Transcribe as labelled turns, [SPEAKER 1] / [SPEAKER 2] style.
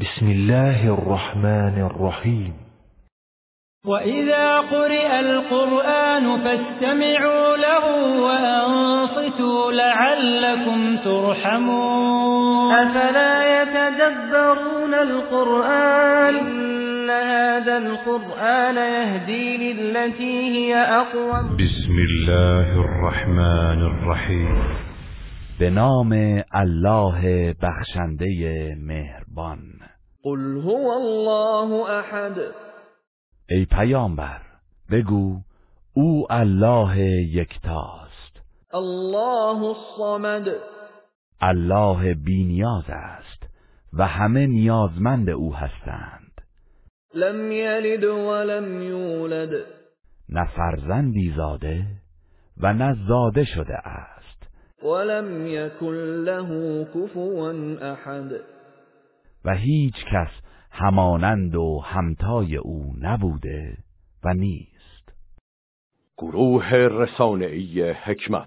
[SPEAKER 1] بسم الله الرحمن الرحيم
[SPEAKER 2] وإذا قرئ القرآن فاستمعوا له وأنصتوا لعلكم ترحمون
[SPEAKER 3] أفلا يتدبرون القرآن إن هذا القرآن يهدي للتي هي أقوم
[SPEAKER 4] بسم الله الرحمن الرحیم
[SPEAKER 5] به نام الله بخشنده مهربان
[SPEAKER 3] قل هو الله أحد
[SPEAKER 5] ای پیامبر بگو او الله یکتاست
[SPEAKER 3] الله الصمد
[SPEAKER 5] الله بینیاز است و همه نیازمند او هستند
[SPEAKER 3] لم يلد ولم يولد
[SPEAKER 5] نه فرزندی زاده و نه زاده شده است
[SPEAKER 3] ولم يكن له كفوا أحد
[SPEAKER 5] و هیچ کس همانند و همتای او نبوده و نیست
[SPEAKER 6] گروه رسانه‌ای حکمت